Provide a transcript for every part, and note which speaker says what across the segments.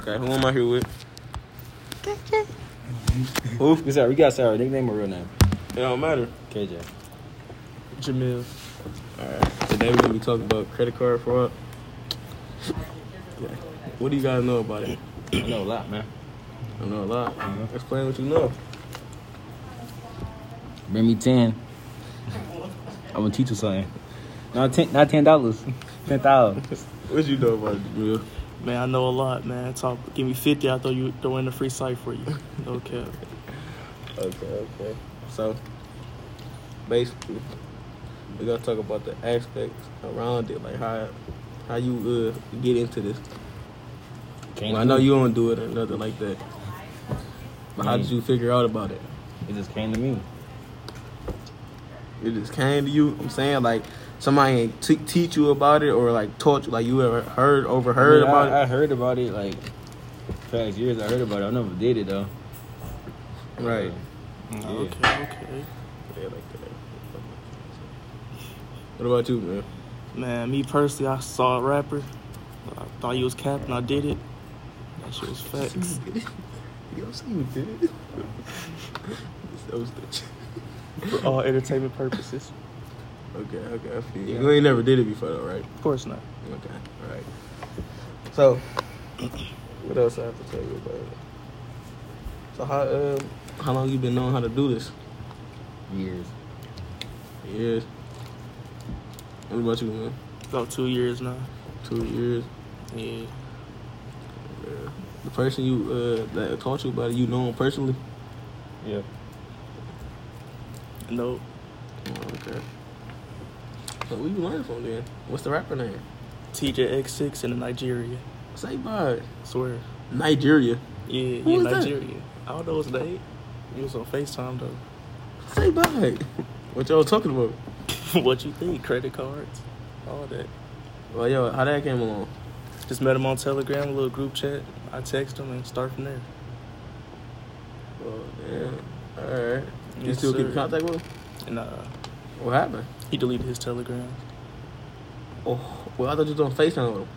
Speaker 1: Okay, who am I here with? Who?
Speaker 2: We sorry, we got sorry. Nickname or real name?
Speaker 1: It don't matter.
Speaker 2: KJ.
Speaker 1: Jamil. Alright. Today we're gonna be talking about credit card fraud. What do you guys know about it?
Speaker 2: I know a lot, man.
Speaker 1: I know a lot. Explain what you know.
Speaker 2: Bring me ten. I'm gonna teach you something. Not ten, not ten dollars, ten thousand.
Speaker 1: What you know about it, Jamil?
Speaker 3: Man, I know a lot, man. Talk, give me fifty. I throw you throw in a free site for you. Okay.
Speaker 1: Okay, okay. So basically we're gonna talk about the aspects around it, like how how you uh, get into this. Well, I know you don't do it or nothing like that. But how did you figure out about it?
Speaker 2: It just came to me.
Speaker 1: It just came to you. I'm saying like somebody ain't t- teach you about it or like taught you like you ever heard overheard
Speaker 2: Yeah,
Speaker 1: about
Speaker 2: I,
Speaker 1: it.
Speaker 2: I heard about it like past years. I heard about it. I never did it though.
Speaker 1: right.
Speaker 2: Yeah.
Speaker 3: Okay. Okay.
Speaker 1: Yeah, like that. What about you, man?
Speaker 3: Man, me personally, I saw a rapper. I thought he was capping. I did it. That shit was facts.
Speaker 1: You don't see you did it. that was the
Speaker 3: for all entertainment purposes.
Speaker 1: Okay, okay, I feel you. You ain't never did it before though, right?
Speaker 3: Of course not.
Speaker 1: Okay, all right. So, what else I have to tell you about it? So how uh, how long you been knowing how to do this?
Speaker 2: Years.
Speaker 1: Years. What about you, man?
Speaker 3: About two years now.
Speaker 1: Two years.
Speaker 3: Yeah.
Speaker 1: The person you uh, that taught you about it, you know him personally.
Speaker 2: Yeah.
Speaker 3: No.
Speaker 1: Oh, okay. So what you learn from then? What's the rapper name?
Speaker 3: TJX6 in Nigeria.
Speaker 1: Say by
Speaker 3: swear.
Speaker 1: Nigeria.
Speaker 3: Yeah,
Speaker 1: Who
Speaker 3: yeah,
Speaker 1: is that?
Speaker 3: Nigeria. I don't know his name. He was on FaceTime though.
Speaker 1: Say by. What y'all talking about?
Speaker 3: what you think? Credit cards? All that.
Speaker 1: Well, yo, how that came along?
Speaker 3: Just met him on Telegram, a little group chat. I text him and start from there.
Speaker 1: Oh damn. All right. You
Speaker 3: Yes,
Speaker 1: still keep
Speaker 3: sir.
Speaker 1: in contact with him?
Speaker 3: And uh,
Speaker 1: What happened?
Speaker 3: he deleted his Telegram.
Speaker 1: Oh, well, I thought you was on Facetime with him.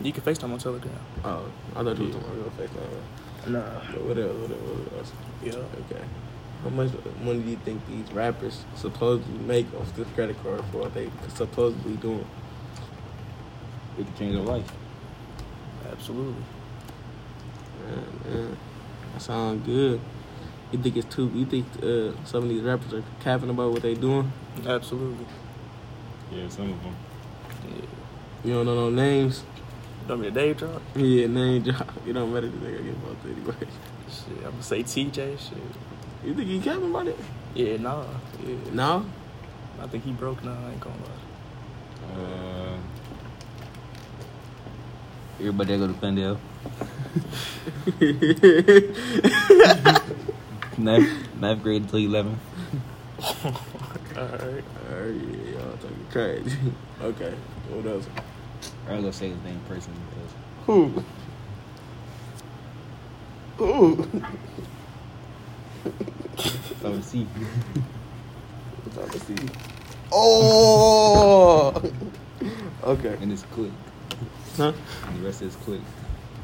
Speaker 3: You can FaceTime on Telegram.
Speaker 1: Oh, I thought you was on real Facetime. with him.
Speaker 3: Nah.
Speaker 1: But what else? What else? What else?
Speaker 3: Yeah.
Speaker 1: Okay. How much money do you think these rappers supposedly make off this credit card for what they supposedly doing?
Speaker 2: It could change your life.
Speaker 3: Absolutely.
Speaker 1: Man, man, that sound good. You think it's too? You think uh, some of these rappers are capping about what they doing?
Speaker 3: Absolutely.
Speaker 2: Yeah, some of them.
Speaker 3: Yeah.
Speaker 1: You don't know no names.
Speaker 3: Don't be a day drop.
Speaker 1: Yeah, name drop. You don't matter. They gonna get both anyway.
Speaker 3: Shit, I'm gonna say TJ. Shit.
Speaker 1: You think he capping about it?
Speaker 3: Yeah, nah. Yeah.
Speaker 1: No.
Speaker 3: I think he broke now. I ain't gonna lie.
Speaker 2: Uh, everybody that go to Glendale. ninth, ninth grade until eleven.
Speaker 3: All right.
Speaker 1: Oh yeah, y'all talking crazy. okay, what else?
Speaker 2: I'm gonna say his name personally because
Speaker 1: Who? Who?
Speaker 2: I would see.
Speaker 1: It's hard to see. Oh. okay.
Speaker 2: And it's click.
Speaker 1: Huh?
Speaker 2: And the rest is click.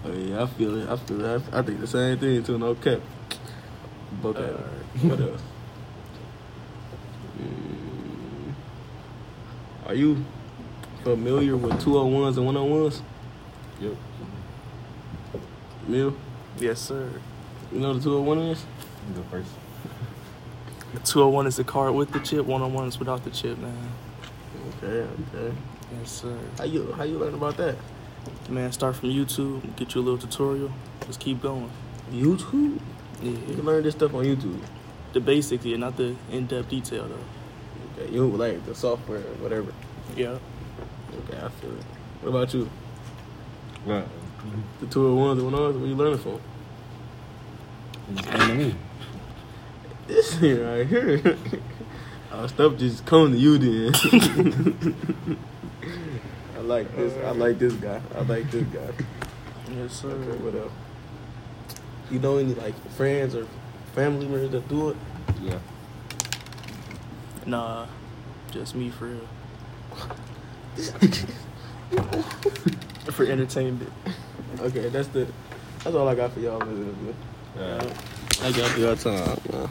Speaker 1: Oh yeah, I feel it. I feel it. I think the same thing too. No cap. But okay.
Speaker 3: Alright.
Speaker 1: what else? Mm. Are you familiar with 201s and 101s?
Speaker 2: Yep.
Speaker 1: Mill,
Speaker 3: Yes, sir.
Speaker 1: you know what the 201 is?
Speaker 2: You go first.
Speaker 3: 201 is the card with the chip. 101 is without the chip, man.
Speaker 1: Okay, okay.
Speaker 3: Yes, sir.
Speaker 1: How you how you learn about that?
Speaker 3: Man, start from YouTube. Get you a little tutorial. Just keep going.
Speaker 1: YouTube? You
Speaker 3: Yeah.
Speaker 1: can learn this stuff on YouTube.
Speaker 3: The basics, yeah, not the in-depth detail though.
Speaker 1: Okay, you like the software or whatever.
Speaker 3: Yeah.
Speaker 1: Okay, I feel it. What about you?
Speaker 2: Right.
Speaker 1: The two of ones, the one oh ones, where you learning from?
Speaker 2: It just came to me.
Speaker 1: This here right here. Our stuff just come to you then. I like this. I like this guy. I like this guy.
Speaker 3: Yes, sir.
Speaker 1: Okay, what else? You know any like friends or family members that do it?
Speaker 2: Yeah.
Speaker 3: Nah, just me for real. for entertainment.
Speaker 1: Okay, that's the. That's all I got for y'all in this interview.
Speaker 2: All right. Uh,
Speaker 1: Thank y'all for your time. man.